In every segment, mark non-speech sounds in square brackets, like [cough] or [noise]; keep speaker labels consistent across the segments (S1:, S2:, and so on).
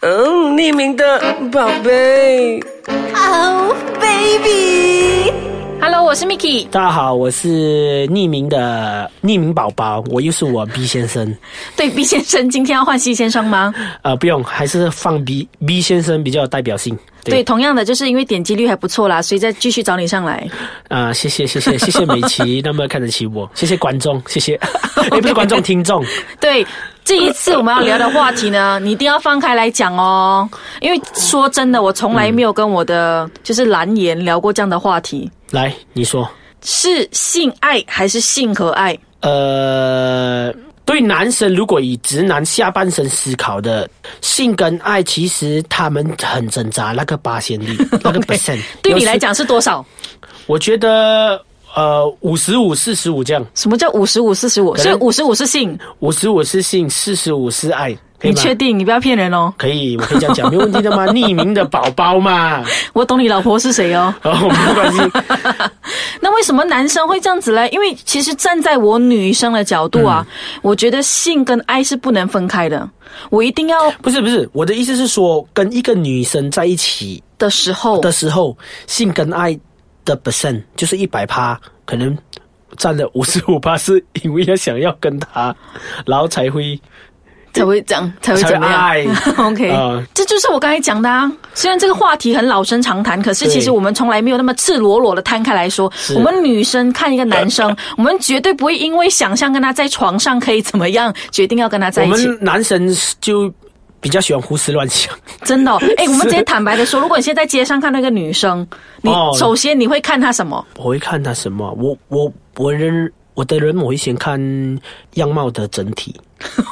S1: 嗯，匿名的宝贝。
S2: Oh baby，
S3: Hello，我是 Miki。
S4: 大家好，我是匿名的匿名宝宝，我又是我 B 先生。 [laughs]
S3: 对，B 先生，今天要换 C 先生吗？
S4: 呃，不用，还是放 B B 先生比较有代表性。
S3: 对，，同样的，就是因为点击率还不错啦，所以再继续找你上来。
S4: 啊、谢谢谢谢谢谢美
S3: [laughs]
S4: 琪那么看得起我，谢谢观众，谢谢，也不是观众，听众，
S3: 对，这一次我们要聊的话题呢，你一定要放开来讲哦，因为说真的，我从来没有跟我的就是蓝颜聊过这样的话题，
S4: 来你说，
S3: 是性爱还是性和爱？
S4: 呃，对男生如果以直男下半身思考的性跟爱，其实他们很挣扎，那个八仙率，那个 percent，
S3: [laughs] 对你来，讲是多少？
S4: 有时我觉得呃五十五四十五这样，
S3: 什么叫五十五四十五？
S4: 可
S3: 所以
S4: 能
S3: 五十五是性，
S4: 五十五是性，四十五是爱，可以
S3: 你
S4: 吗？
S3: 确定？你不要骗人哦。
S4: 可以，我可以这样讲，没问题的
S3: [laughs]
S4: 嘛，匿名的宝宝嘛，
S3: 我懂你老婆是谁哦。
S4: 哦，没关系。
S3: 那为什么男生会这样子嘞？因为其实站在我女生的角度啊，
S4: 嗯
S3: 我觉得性跟爱是不能分开的。我一定要
S4: 不是不是，我的意思是说，跟一个女生在一起
S3: 的时候，
S4: 的时候，性跟爱的 percent 就是一百趴，可能占了五十五趴，是因为要想要跟她，然后才会
S3: 才会这样，才会这
S4: 才
S3: 样。
S4: 会爱
S3: [laughs] OK，、
S4: 呃
S3: 这就是我刚才讲的啊。虽然这个话题很老生常谈，可是
S4: 对
S3: 其实我们从来没有那么赤裸裸的摊开来说。我们女生看一个男
S4: [laughs]
S3: 生，我们绝对不会因为想象跟他在床上可以怎么样，决定要跟他在
S4: 我
S3: 一起。
S4: 们男生就比较喜欢胡思乱想，
S3: 真
S4: [laughs]
S3: 的、哦，哎、我们直接坦白的说，如果你现在在街上看那个女生，你
S4: 哦
S3: 首先你会看她什么？
S4: 我会看她什么，我我我人我的人我会先看样貌的整体，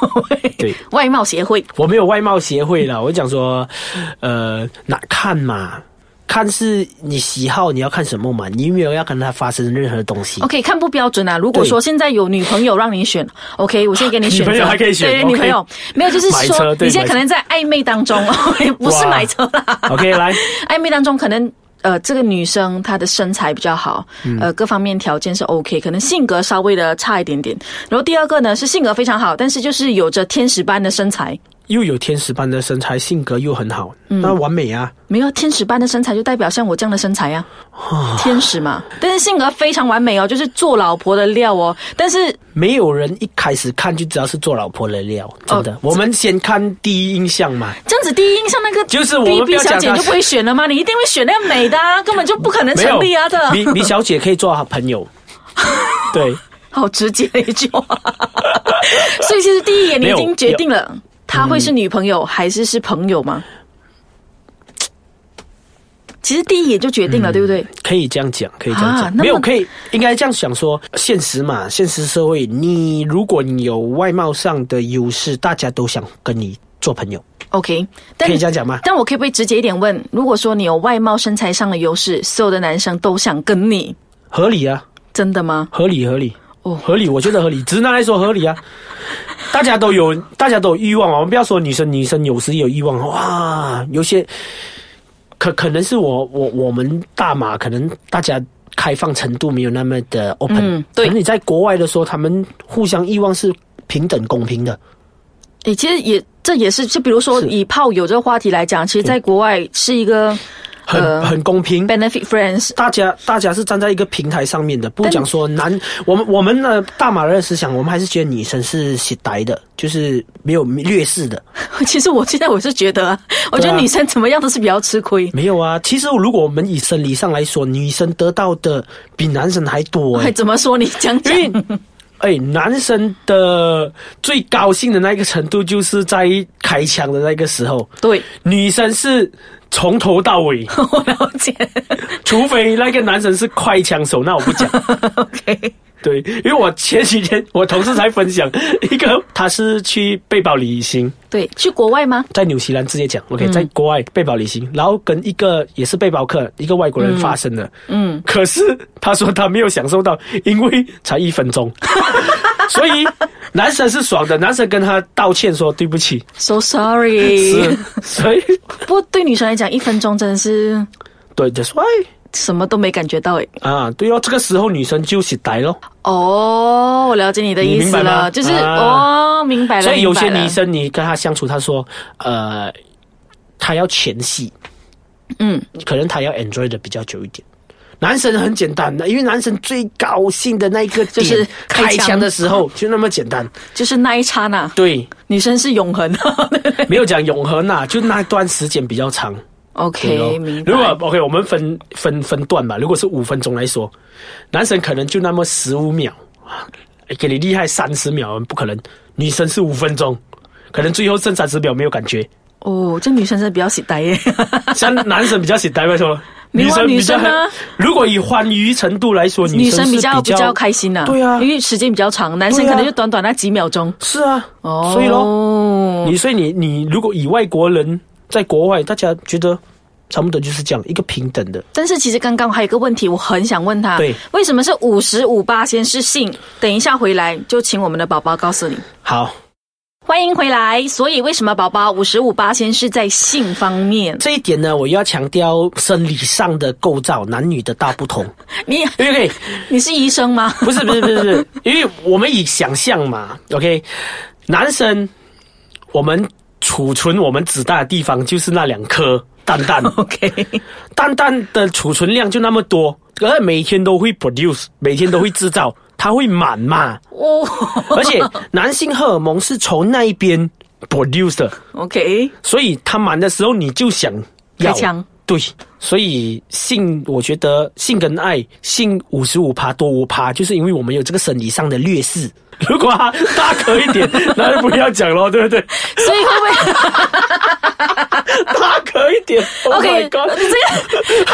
S3: [laughs]
S4: 对。
S3: 外貌协会。
S4: 我没有外貌协会啦，我讲说，呃，哪看嘛？看是你喜好，你要看什么嘛？你有没有要跟他发生任何东西。
S3: OK，看不标准啊。如果
S4: 对
S3: 说现在有女朋友让你选，OK，我现在给你选择，
S4: 女朋友还可以选
S3: 对
S4: OK
S3: 女朋友没有，就是
S4: 买
S3: 说
S4: 车对
S3: 你现在可能在暧昧当中， [laughs] 不是
S4: 哇
S3: 买车啦。
S4: OK，来，
S3: [laughs] 暧昧当中可能。呃，这个女生她的身材比较好，
S4: 嗯
S3: 呃，各方面条件是 OK，可能性格稍微的差一点点。然后第二个呢是性格非常好，但是就是有着天使般的身材，
S4: 又有天使般的身材，性格又很好，
S3: 嗯
S4: 那完美啊！
S3: 没有天使般的身材就代表像我这样的身
S4: [sighs]
S3: 材呀、啊，天使嘛。但是性格非常完美哦，就是做老婆的料哦。但是
S4: 没有人一开始看就知道是做老婆的料，真的。
S3: 哦
S4: 我们先看第一印象嘛。
S3: 这样子第一印象那个
S4: 就是我们
S3: B
S4: 不
S3: B
S4: 要
S3: 小
S4: 讲
S3: 姐
S4: 她
S3: 就不会选了吗？你一定会选那个美的、
S4: [laughs]
S3: 啊，根本就不可能 [laughs]
S4: 没
S3: 成
S4: 有
S3: 立啊的。
S4: 米米小姐可以做好
S3: [laughs]
S4: 朋友。对，
S3: 好直接的一句话。所以其实第一眼你已经决定了，她会是女朋友还是是朋友吗？其实第一眼就决
S4: 嗯
S3: 定了，对不对？
S4: 可以这样讲，可以这样讲，
S3: 啊那么
S4: 没有可以应该这样想说，现实嘛，现实社会，你如果你有外貌上的优势，大家都想跟你做朋友，
S3: OK，但
S4: 可以这样讲吗？
S3: 但我可不可以直接一点问？如果说你有外貌、身材上的优势，所有的男生都想跟你，
S4: 合理啊，
S3: 真的吗？
S4: 合理合理
S3: 哦
S4: 合理，我觉得合理，直男来说
S3: [laughs]
S4: 合理啊。大家都有，大家都有欲望啊。我们不要说女生，女生有时也有欲望啊哇。有些可可能是我我我们大马，可能大家开放程度没有那么的 open。
S3: 嗯对
S4: 可能你在国外的时候，他们互相欲望是平等公平的。
S3: 诶，其实也这也是，就比如说
S4: 是
S3: 以炮友这个话题来讲，其实在国外是一个
S4: 很、
S3: 呃
S4: 很公平。
S3: benefit friends， [laughs]
S4: 大家大家是站在一个平台上面的，不
S3: 但
S4: 讲说
S3: 嗯
S4: 男，我们我们的大马人的思想，我们还是觉得女生是洗白的，就是没有劣势的。
S3: 其实我现在我是觉得啊，我觉得
S4: 对啊
S3: 女生怎么样都是比较吃亏，
S4: 没有啊，其实如果我们以生理上来说，女生得到的比男生还多、
S3: 哦还
S4: 欸。
S3: 怎么说？你讲讲。
S4: 因为哎，男生的最高兴的那个程度，就是在开枪的那个时候，
S3: 对， [laughs]
S4: 女生是从头到尾，
S3: 我了解。
S4: 除非那个男生是快枪手，那我不讲。
S3: OK，
S4: 对，因为我前几天我同事才分享一个，他是去贝堡旅行，
S3: 对，去国外吗？
S4: 在纽西兰直接讲，OK，、在国外贝堡旅行，然后跟一个也是背包客，一个外国人发生的，嗯，可是他说他没有享受到，因为才一分钟，所以男生是爽的，男生跟他道歉说对不起，
S3: So sorry。
S4: [laughs] 是，所以
S3: 不过对女生来讲，一分钟真的是
S4: 对，that's why
S3: 什么都没感觉到诶。
S4: 啊，对哦，这个时候女生就起呆咯。
S3: 哦，我了解你的意思
S4: 你明白
S3: 了，
S4: 吗
S3: 就是、
S4: 啊
S3: 哦，明白了。
S4: 所以有些
S3: 明白了
S4: 女生你跟她相处，她说，呃，他要前戏，嗯，可能他要 enjoy 的比较久一点。男生很简单的，因为男生最高兴的那一个点
S3: 就是开
S4: 开
S3: 枪
S4: 枪的时候就那么简单，
S3: 就是那一刹那，
S4: 对，
S3: 女生是永恒的。 [laughs]
S4: 没有讲永恒呐、就那段时间比较长。对
S3: OK，
S4: 咯
S3: 明白。
S4: 如果 OK，我们分分分段吧。如果是五分钟来说，男生可能就那么十五秒，啊给你厉害三十秒不可能。女生是五分钟，可能最后剩三十秒没有感觉。
S3: 哦，这女生是比较喜呆
S4: [laughs]
S3: 耶。 [laughs]
S4: 像男生比较喜呆，为什么？
S3: 没有啊
S4: 比较
S3: 女生呢
S4: [laughs] 如果以欢愉程度来说，
S3: 女
S4: 生
S3: 生
S4: 是
S3: 比较
S4: 比
S3: 比较开心呐、
S4: 对啊
S3: 因为时间比较长，男生
S4: 对啊
S3: 可能就短短那几秒钟。
S4: 是啊，
S3: 哦，
S4: 所以咯，你所以你你如果以外国人在国外，大家觉得差不多就是这样一个平等的，
S3: 但是其实刚刚还有一个问题，我很想问他，
S4: 对
S3: 为什么是五十五八先是性？等一下回来就请我们的宝宝告诉你。
S4: 好。
S3: 欢迎回来。所以为什么宝宝五十五八先是在性方面？
S4: 这一点呢，我又要强调生理上的构造，男女的大不同。 [laughs]
S3: 你
S4: 因为
S3: 你是医生
S4: [laughs]
S3: 吗？
S4: 不是不是不是，不是，
S3: [laughs]
S4: 因为我们以想象嘛，OK，男生我们储存我们子弹的地方就是那两颗蛋蛋，
S3: OK，
S4: 蛋蛋的储存量就那么多，而每天都会 produce，每天都会
S3: [laughs]
S4: 制造，它会满嘛。
S3: 哦
S4: 而且男性荷尔蒙是从那一边 produce 的， [laughs]
S3: ，OK，
S4: 所以他满的时候你就想要
S3: 开枪。
S4: 对，所以性，我觉得性跟爱，性五十五趴多五趴，就是因为我们有这个生理上的劣势。 [laughs] 如果他大颗一点，那就不要
S3: [laughs]
S4: 讲了，对不对？
S3: 所以会不会？
S4: 大颗一点，Oh
S3: OK，
S4: my
S3: 这个
S4: god！
S3: 他这个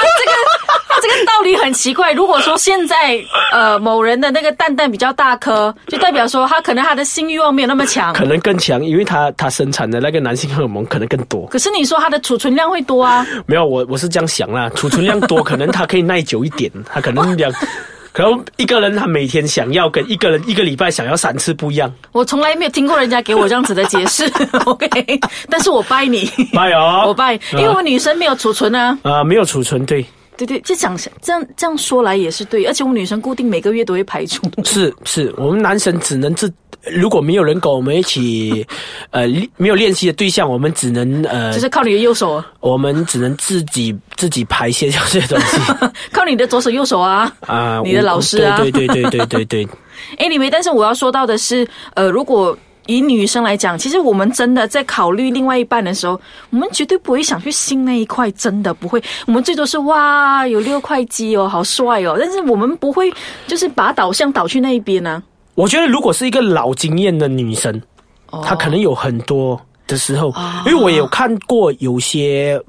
S3: [laughs] 他这个道理很奇怪。如果说现在呃某人的那个蛋蛋比较大颗，就代表说他可能他的性欲望没有那么强。
S4: 可能更强，因为他他生产的那个男性荷尔蒙可能更多。
S3: 可是你说他的储存量会多啊？
S4: 没有，我我是这样想啦，储存量多，可能他可以耐久一点， [laughs] 他可能两，可能一个人他每天想要跟一个人一个礼拜想要三次不一样。
S3: 我从来没有听过人家给我这样子的解释。OK，但 [laughs] 是我拜你，
S4: 拜哦，
S3: [laughs] 我拜，因为我女生没有储存啊。
S4: 啊、没有储存，对，
S3: 对对，这讲这样这样说来也是对，而且我们女生固定每个月都会排
S4: [laughs]
S3: 出。
S4: 是是，我们男生只能自，如果没有人跟我们一起，呃，练没有练习的对象，我们只能呃，
S3: 就是靠你的右手， [laughs]
S4: 我们只能自己自己排泄掉这些东
S3: [laughs]
S4: 西
S3: 靠你的左手右手啊！
S4: 啊。
S3: 你的
S4: 我
S3: 老师啊
S4: 对对对对对对对，
S3: Anyway，但是我要说到的是，呃，如果以女生来讲，其实我们真的在考虑另外一半的时候，我们绝对不会想去性那一块，真的不会。我们最多是哇，有六块肌哦，好帅哦，但是我们不会就是把导向导去那一边啊呢、
S4: 我觉得如果是一个老经验的女生，她可能有很多的时候，因为我有看过有些。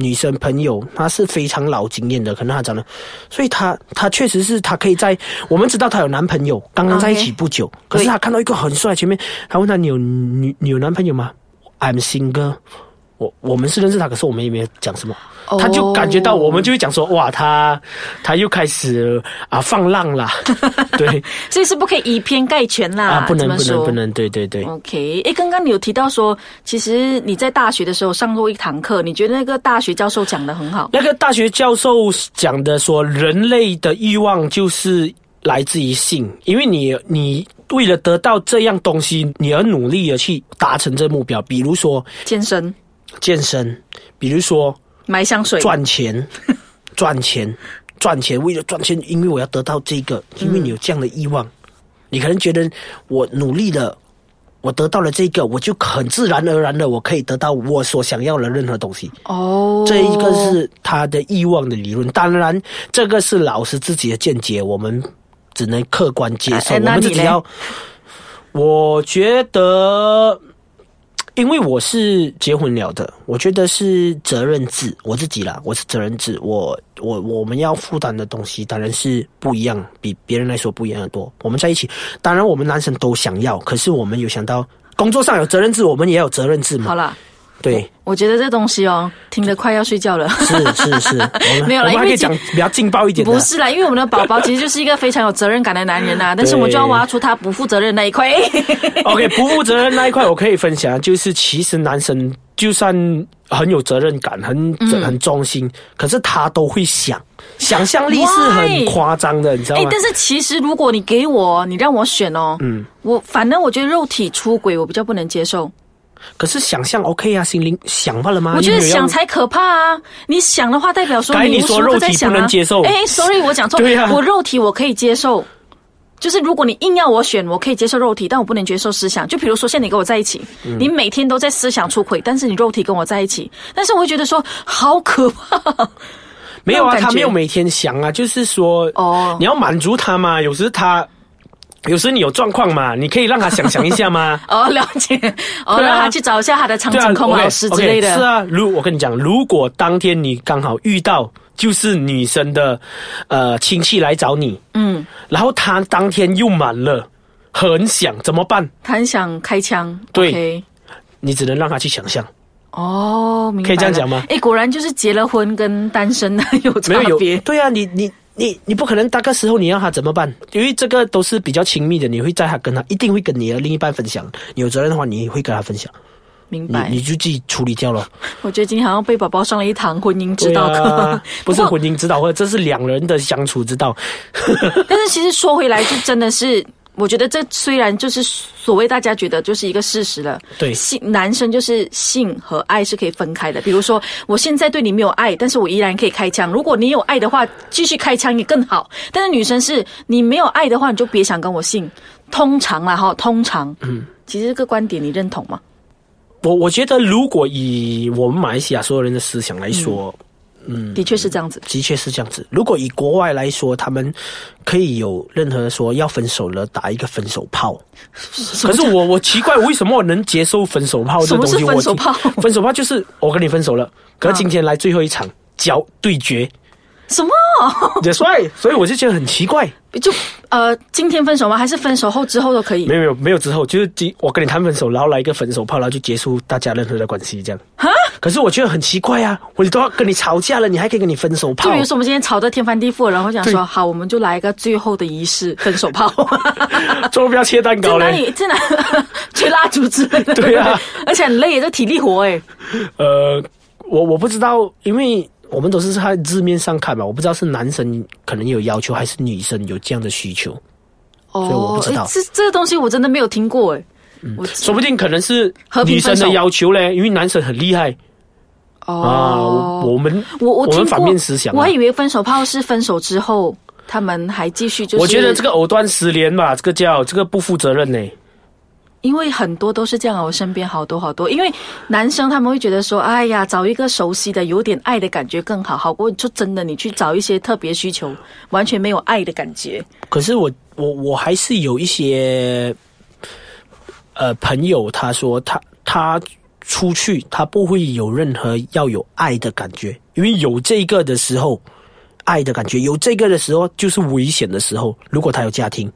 S4: 女生朋友，她是非常老经验的，可能她长得，所以她她确实是她可以在我们知道她有男朋友，刚刚在一起
S3: OK
S4: 不久可是她看到一个很帅，前面她问他你有你你有男朋友吗？I'm 哎 single 我。我们是认识他，可是我们也没有讲什么，
S3: 哦
S4: 他就感觉到我们就会讲说哇，他他又开始啊放浪啦，对，
S3: 所以是不可以以偏概全啦。
S4: 啊，不
S3: 这
S4: 能
S3: 么
S4: 不能
S3: 说哦
S4: 不。能，对对对，
S3: OK，诶，刚刚你有提到说，其实你在大学的时候上过一堂课，你觉得那个大学教授讲的很好。
S4: 那个大学教授讲的说，人类的欲望就是来自于性，因为你你为了得到这样东西，你而努力的去达成这目标，比如说
S3: 健身、
S4: 健身，比如说
S3: 买香水，
S4: 赚钱，
S3: [laughs]
S4: 赚钱，赚钱，为了赚钱，因为我要得到这个，因为你有这样的欲望，你可能觉得我努力了。我得到了这个，我就很自然而然的，我可以得到我所想要的任何东西。
S3: 哦，
S4: 这一个是他的欲望的理论，当然这个是老师自己的见解，我们只能客观接受，
S3: 哎哎
S4: 我
S3: 那
S4: 们
S3: 你
S4: 自己
S3: 嘞
S4: 要。我觉得，因为我是结婚了的，我觉得是责任制，我自己啦，我是责任制，我我我们要负担的东西当然是不一样，比别人来说不一样的多。我们在一起，当然我们男生都想要，可是我们有想到工作上有责任制，我们也有责任制
S3: 好
S4: 嘛，
S3: 啦。
S4: 对。
S3: 我觉得这东西哦，听得快要睡觉了。
S4: 是是是，我们
S3: 没有啦因
S4: 我们还可
S3: 为
S4: 以讲比较劲爆一点
S3: [laughs]
S4: 的。
S3: 不是啦，因为我们的宝宝其实就是一个非常有责任感的男人啊呐、但是我就要挖出他不负责任那一块。
S4: OK，不负责任那一块我可以分享，就是其实男生就算很有责任感、很
S3: 嗯
S4: 很忠心，可是他都会想，想象力是
S3: Why？
S4: 很夸张的，你知道
S3: 哎、
S4: 吗？
S3: 但是其实如果你给我，你让我选哦，嗯，我反正我觉得肉体出轨我比较不能接受，
S4: 可是想象 OK 啊，心灵想罢了吗？
S3: 我觉得
S4: 你没有要
S3: 想才可怕啊！你想的话，代表说
S4: 该你
S3: 无时
S4: 说
S3: 无刻
S4: 肉
S3: 在
S4: 体
S3: 想
S4: 不
S3: 啊
S4: 能接受
S3: 哎，sorry，我讲错，
S4: 对啊
S3: 我肉体我可以接受。就是如果你硬要我选，我可以接受肉体，但我不能接受思想。就比如说，现在你跟我在一起，
S4: 嗯
S3: 你每天都在思想出轨，但是你肉体跟我在一起，但是我会觉得说好可怕。
S4: 没有
S3: 那种
S4: 啊，
S3: 感
S4: 他没有
S3: 觉
S4: 每天想啊，就是说，
S3: 哦。
S4: 你要满足他嘛，有时他。有时你有状况嘛，你可以让他想想一下嘛
S3: [laughs] 哦，了解。哦，
S4: [laughs] 对啊
S3: 让他去找一下他的长
S4: 对啊
S3: 颈控
S4: OK，
S3: 老师之类
S4: OK，是
S3: 的。
S4: 啊，如我跟你讲，如果当天你刚好遇到就是女生的呃亲戚来找你，
S3: 嗯，
S4: 然后他当天又满了，很想怎么办？
S3: 他很想开枪。
S4: 对
S3: OK
S4: 你只能让他去想象。
S3: 哦，明白了。
S4: 可以这样讲吗
S3: 哎，果然就是结了婚跟单身的有差
S4: 没有有
S3: 别。
S4: 对啊，你你你你不可能大个时候你让他怎么办？因为这个都是比较亲密的，你会在他跟他一定会跟你的另一半分享。你有责任的话，你会跟他分享，
S3: 明
S4: 你
S3: 白
S4: 你。就自己处理掉了。
S3: 我觉得今天好像被宝宝上了一堂婚姻指导课，
S4: 对
S3: [laughs]
S4: 啊不是
S3: 过
S4: 婚姻指导课，这是两人的相处之道。
S3: 但是其实说回来，就真的是。我觉得这虽然就是所谓大家觉得就是一个事实了，
S4: 对
S3: 性男生就是性和爱是可以分开的。比如说，我现在对你没有爱，但是我依然可以开枪。如果你有爱的话，继续开枪也更好。但是女生是你没有爱的话，你就别想跟我性。通常啦哈，通常，嗯，其实这个观点你认同吗？
S4: 我我觉得，如果以我们马来西亚所有人的思想来说，
S3: 嗯的确是这样子。
S4: 的确是这样子。如果以国外来说，他们可以有任何说要分手了打一个分手炮。可是我我奇怪，为什么我能接受分手炮这个东西？
S3: 什么是分手炮
S4: 我听分手炮就是我跟你分手了，可是今天来最后一场交对
S3: [laughs]
S4: 决，
S3: 什么？
S4: 也帅，所以我就觉得很奇怪。
S3: 就呃，今天分手吗？还是分手后之后都可以？
S4: 没有没有没有之后，就是今我跟你谈分手，然后来一个分手炮，然后就结束大家任何的关系这样。哈，可是我觉得很奇怪啊，我都要跟你吵架了，你还可以跟你分手炮
S3: 就比？如
S4: [laughs]
S3: 说我们今天吵得天翻地覆，然后想
S4: 对
S3: 说好，我们就来一个最后的仪式，分手
S4: [laughs]
S3: 炮。
S4: 最后不要切蛋
S3: 在
S4: 糕
S3: 哪
S4: 嘞？
S3: 里？在 [laughs] 哪？吹蜡烛之类的。
S4: 对啊，
S3: 而且很累，也是体力活哎。
S4: 呃，我我不知道，因为我们都是在字面上看嘛，我不知道是男生可能有要求，还是女生有这样的需求，以我不知道
S3: 哦
S4: 嗯
S3: 诶这这个东西我真的没有听过哎。我
S4: 说不定可能是
S3: 和平
S4: 女生
S3: 分手
S4: 的要求嘞，因为男生很厉害啊。我我们
S3: 我哦我
S4: 我
S3: 听
S4: 们
S3: 过
S4: 反面思想啊、
S3: 我还以为分手炮是分手之后他们还继续，就是
S4: 我觉得这个藕断丝连吧，这个叫这个不负责任呢、
S3: 因为很多都是这样啊，我身边好多好多，因为男生他们会觉得说，哎呀，找一个熟悉的、有点爱的感觉更好，好过就真的你去找一些特别需求，完全没有爱的感觉。
S4: 可是我我我还是有一些呃朋友，他说他他出去，他不会有任何要有爱的感觉，因为有这个的时候，爱的感觉有这个的时候就是危险的时候。如果他有家庭，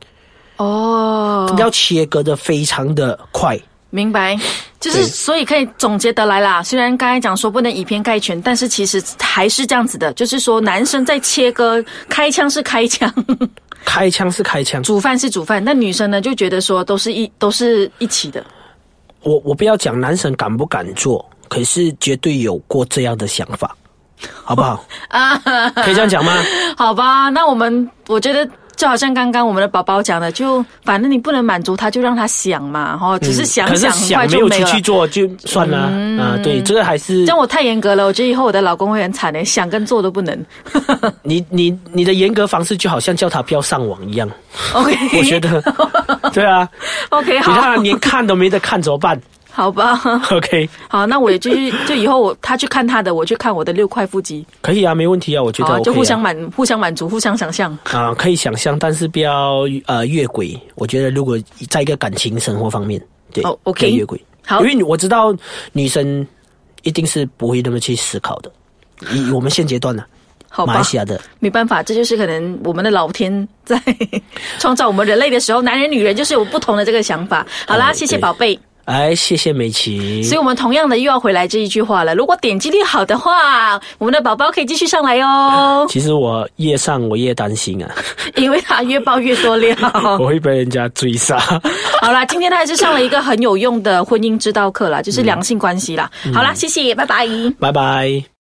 S3: 哦，
S4: 要切割的非常的快。
S3: 明白，就是
S4: 对
S3: 所以可以总结得来啦。虽然刚才讲说不能以偏概全，但是其实还是这样子的，就是说男生在切割，开枪是开枪， [laughs]
S4: 开枪是开枪，
S3: 煮饭是煮饭，那女生呢就觉得说都是一都是一起的。
S4: 我我不要讲男神敢不敢做，可是绝对有过这样的想法，好不好？
S3: 啊，
S4: 可以这样讲吗？
S3: [laughs] 好吧，那我们我觉得就好像刚刚我们的宝宝讲的，就反正你不能满足他，就让他想嘛，哈、只是想
S4: 嗯可是
S3: 想，很快
S4: 想没
S3: 就
S4: 有
S3: 没
S4: 出
S3: 了嗯
S4: 去。做就算了啊。对，这个还是
S3: 这样我太严格了，我觉得以后我的老公会很惨的，想跟做都不
S4: [laughs]
S3: 能。
S4: 你你你的严格方式就好像叫他不要上网一样，
S3: OK，
S4: 我觉得，对啊，
S3: [laughs] OK
S4: 你让他
S3: 好，
S4: 连看都没得看怎么办
S3: 好吧， [laughs]
S4: ？OK，
S3: 好，那我也继续，就以后我他去看他的，我去看我的六块腹肌，
S4: 可以啊，没问题啊，我觉
S3: 好
S4: 得
S3: 啊、
S4: OK
S3: 就
S4: 啊
S3: 互相满互相满足，互相想象。
S4: 啊，可以想象，但是不要呃越轨。我觉得如果在一个感情生活方面，对
S3: 哦，OK
S4: 不要越轨，
S3: 好
S4: 因为我知道女生一定是不会那么去思考的。以以我们现阶段呢、啊
S3: 好
S4: 马
S3: 吧
S4: 来，西亚的
S3: 没办法，这就是可能我们的老天在 [laughs] 创造我们人类的时候，男人女人就是有不同的这个想法。好啦，
S4: 嗯
S3: 谢谢
S4: 对
S3: 宝贝。
S4: 哎，谢谢美琪。
S3: 所以我们同样的又要回来这一句话了。如果点击率好的话， [laughs] 我们的宝宝可以继续上来
S4: [laughs]
S3: 哦，
S4: 其实我越上我越担心啊，
S3: 因为他越爆越多料。
S4: 我会被人家追杀。 [laughs]
S3: 好啦，今天他还是上了一个很有用的婚姻之道课啦，就是良性关系啦。好啦，谢谢，拜拜。
S4: 拜拜。